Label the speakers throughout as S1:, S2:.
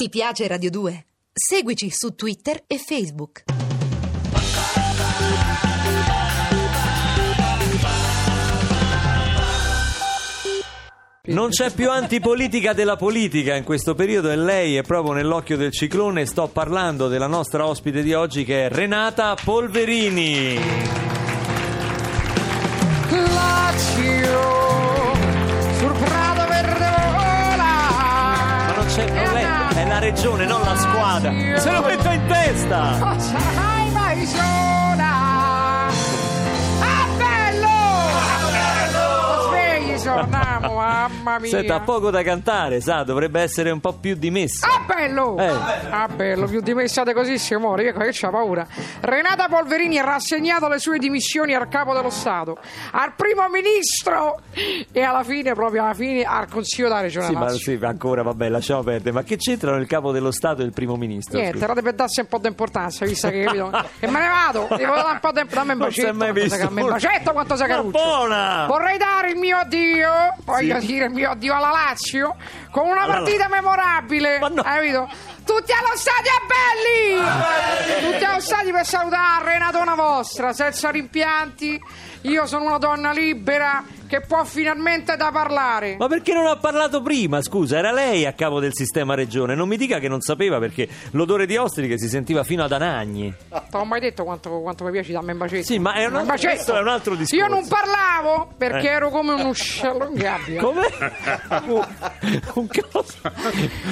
S1: Ti piace Radio 2? Seguici su Twitter e Facebook.
S2: Non c'è più antipolitica della politica in questo periodo e lei è proprio nell'occhio del ciclone. Sto parlando della nostra ospite di oggi che è Renata Polverini.
S3: Lazio sul Prato Verde
S2: Ma
S3: vola
S2: non c'è. non lei- è la regione, non la squadra. Se lo metto in testa!
S3: non Oh, sarai mai sola a bello a bello svegli torniamo mamma mia
S2: Ah, Senta, ha poco da cantare, sa, dovrebbe essere un po' più dimessa.
S3: Ah bello!
S2: Eh.
S3: Ah bello, più dimessate così si muore, ecco che c'ha paura. Renata Polverini ha rassegnato le sue dimissioni al capo dello Stato, al primo ministro e alla fine, proprio alla fine, al Consiglio della Regione
S2: Sì, ma
S3: Lazio.
S2: sì, ancora vabbè, lasciamo perdere. Ma che c'entrano il capo dello Stato e il primo ministro?
S3: Niente,
S2: scusi?
S3: era per darsi un po' di importanza, visto che capito. e me ne vado, devo dare un po' di dammi un
S2: Non si è
S3: bacetto.
S2: mai
S3: quanto
S2: visto
S3: sei- dammi un
S2: un-
S3: bacetto quanto sei
S2: Ma
S3: caruccio.
S2: buona!
S3: Vorrei dare il mio addio, voglio dire il mio addio alla Lazio, con una
S2: Alla-
S3: partita memorabile.
S2: Ma no.
S3: Hai capito? Tutti allo stadio a belli! Tutti allo stadio per salutare Renatona vostra, senza rimpianti. Io sono una donna libera che può finalmente da parlare.
S2: Ma perché non ha parlato prima? Scusa, era lei a capo del sistema regione. Non mi dica che non sapeva perché l'odore di ostriche si sentiva fino ad Anagni.
S3: Ti ho mai detto quanto, quanto mi piace dammi un bacetto?
S2: Sì, ma è un
S3: Dammi
S2: altro-
S3: bacetto.
S2: questo è un altro discorso.
S3: Io non parlavo perché
S2: Eh.
S3: ero come un uscello in gabbia.
S2: Come? un, un cosa?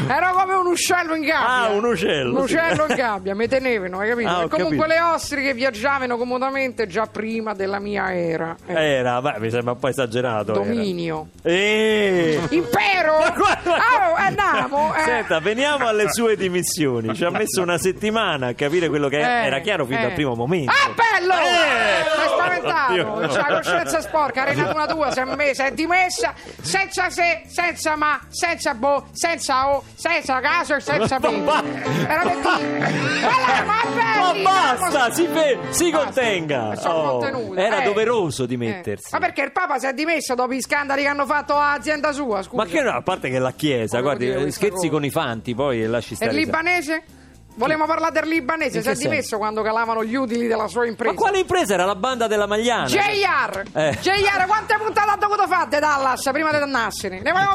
S3: Ero come un uscello in gabbia.
S2: Ah, un uccello,
S3: Un
S2: sì.
S3: ucello in gabbia, mi tenevano, hai capito?
S2: Ah, ho
S3: e comunque
S2: capito.
S3: le ostriche viaggiavano comodamente già prima della mia era. Eh,
S2: Era, beh, mi sembra un po' esagerato. era.
S3: Dominio.
S2: Eh.
S3: Impero!
S2: Ma guarda-
S3: Ah, oh, andiamo! eh.
S2: Senta, veniamo alle sue dimissioni. Ci ha messo una settimana a capire quello che
S3: Eh,
S2: era chiaro fin
S3: eh.
S2: dal primo momento.
S3: Ah, bello!
S2: Eh!
S3: Mi è spaventato,
S2: Oddio.
S3: c'ha la coscienza sporca, Renata una tua, si è messa, è dimessa, senza se, senza ma, senza bo, senza o, senza caso e senza
S2: Ma
S3: me.
S2: va-
S3: Veramente. Ma,
S2: Ma
S3: belli,
S2: basta,
S3: siamo-
S2: si, fe- si
S3: Basta,
S2: contenga.
S3: siamo
S2: Oh,
S3: contenuti,
S2: era
S3: eh.
S2: doveroso
S3: Eh,
S2: dimettersi.
S3: Ma perché il Papa si è dimesso dopo gli scandali che hanno fatto all'azienda sua, scusa.
S2: Ma che no, a parte che la Chiesa,
S3: Volevo
S2: guardi, eh,
S3: dire questa
S2: scherzi
S3: cosa.
S2: con i fanti, poi e lasci
S3: E
S2: stare.
S3: il libanese? Volevamo parlare del libanese,
S2: In
S3: si è
S2: che senso?
S3: dimesso quando calavano gli utili della sua
S2: Ma
S3: impresa.
S2: quale impresa? Era la banda della Magliana.
S3: JR,
S2: Ah, Eh.
S3: JR, quante puntate ha dovuto fare di Dallas prima di andarsene? Ne vogliamo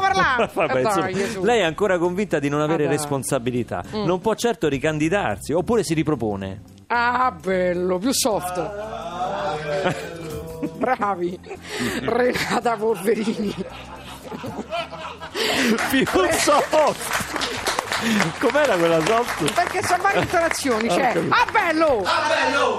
S3: parlare?
S2: Vabbè,
S3: Eh, dai,
S2: insomma,
S3: Gesù. Mm.
S2: lei è ancora convinta di non avere
S3: Ah, dai.
S2: responsabilità. Non può certo ricandidarsi, oppure si ripropone.
S3: Ah, bello, più soft. Bravi, Renata Polverini.
S2: Più soft. Com'era quella soft?
S3: Perché sono varie intonazioni, c'è. Ah, bello!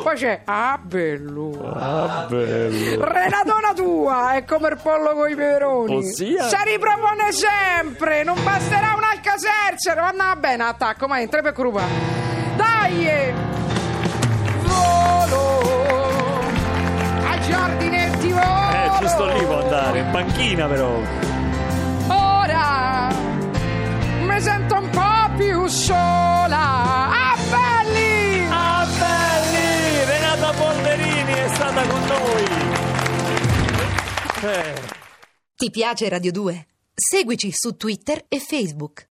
S3: Poi c'è. Ah, bello.
S2: Ah, bello.
S3: Renatona tua è come il pollo con i peperoni.
S2: Ossia?
S3: Si ripropone sempre. Non basterà un alcasercer. Ma andava bene, attacco, ma entra per curva. Dai! eh. Volo! A giardinetti volo!
S2: Eh, giusto lì può andare, in panchina però.
S3: Ora mi sento un po' più sola. Ah, belli!
S2: Ah, belli! Renata Polverini è stata con noi. Eh.
S1: Ti piace Radio 2? Seguici su Twitter e Facebook.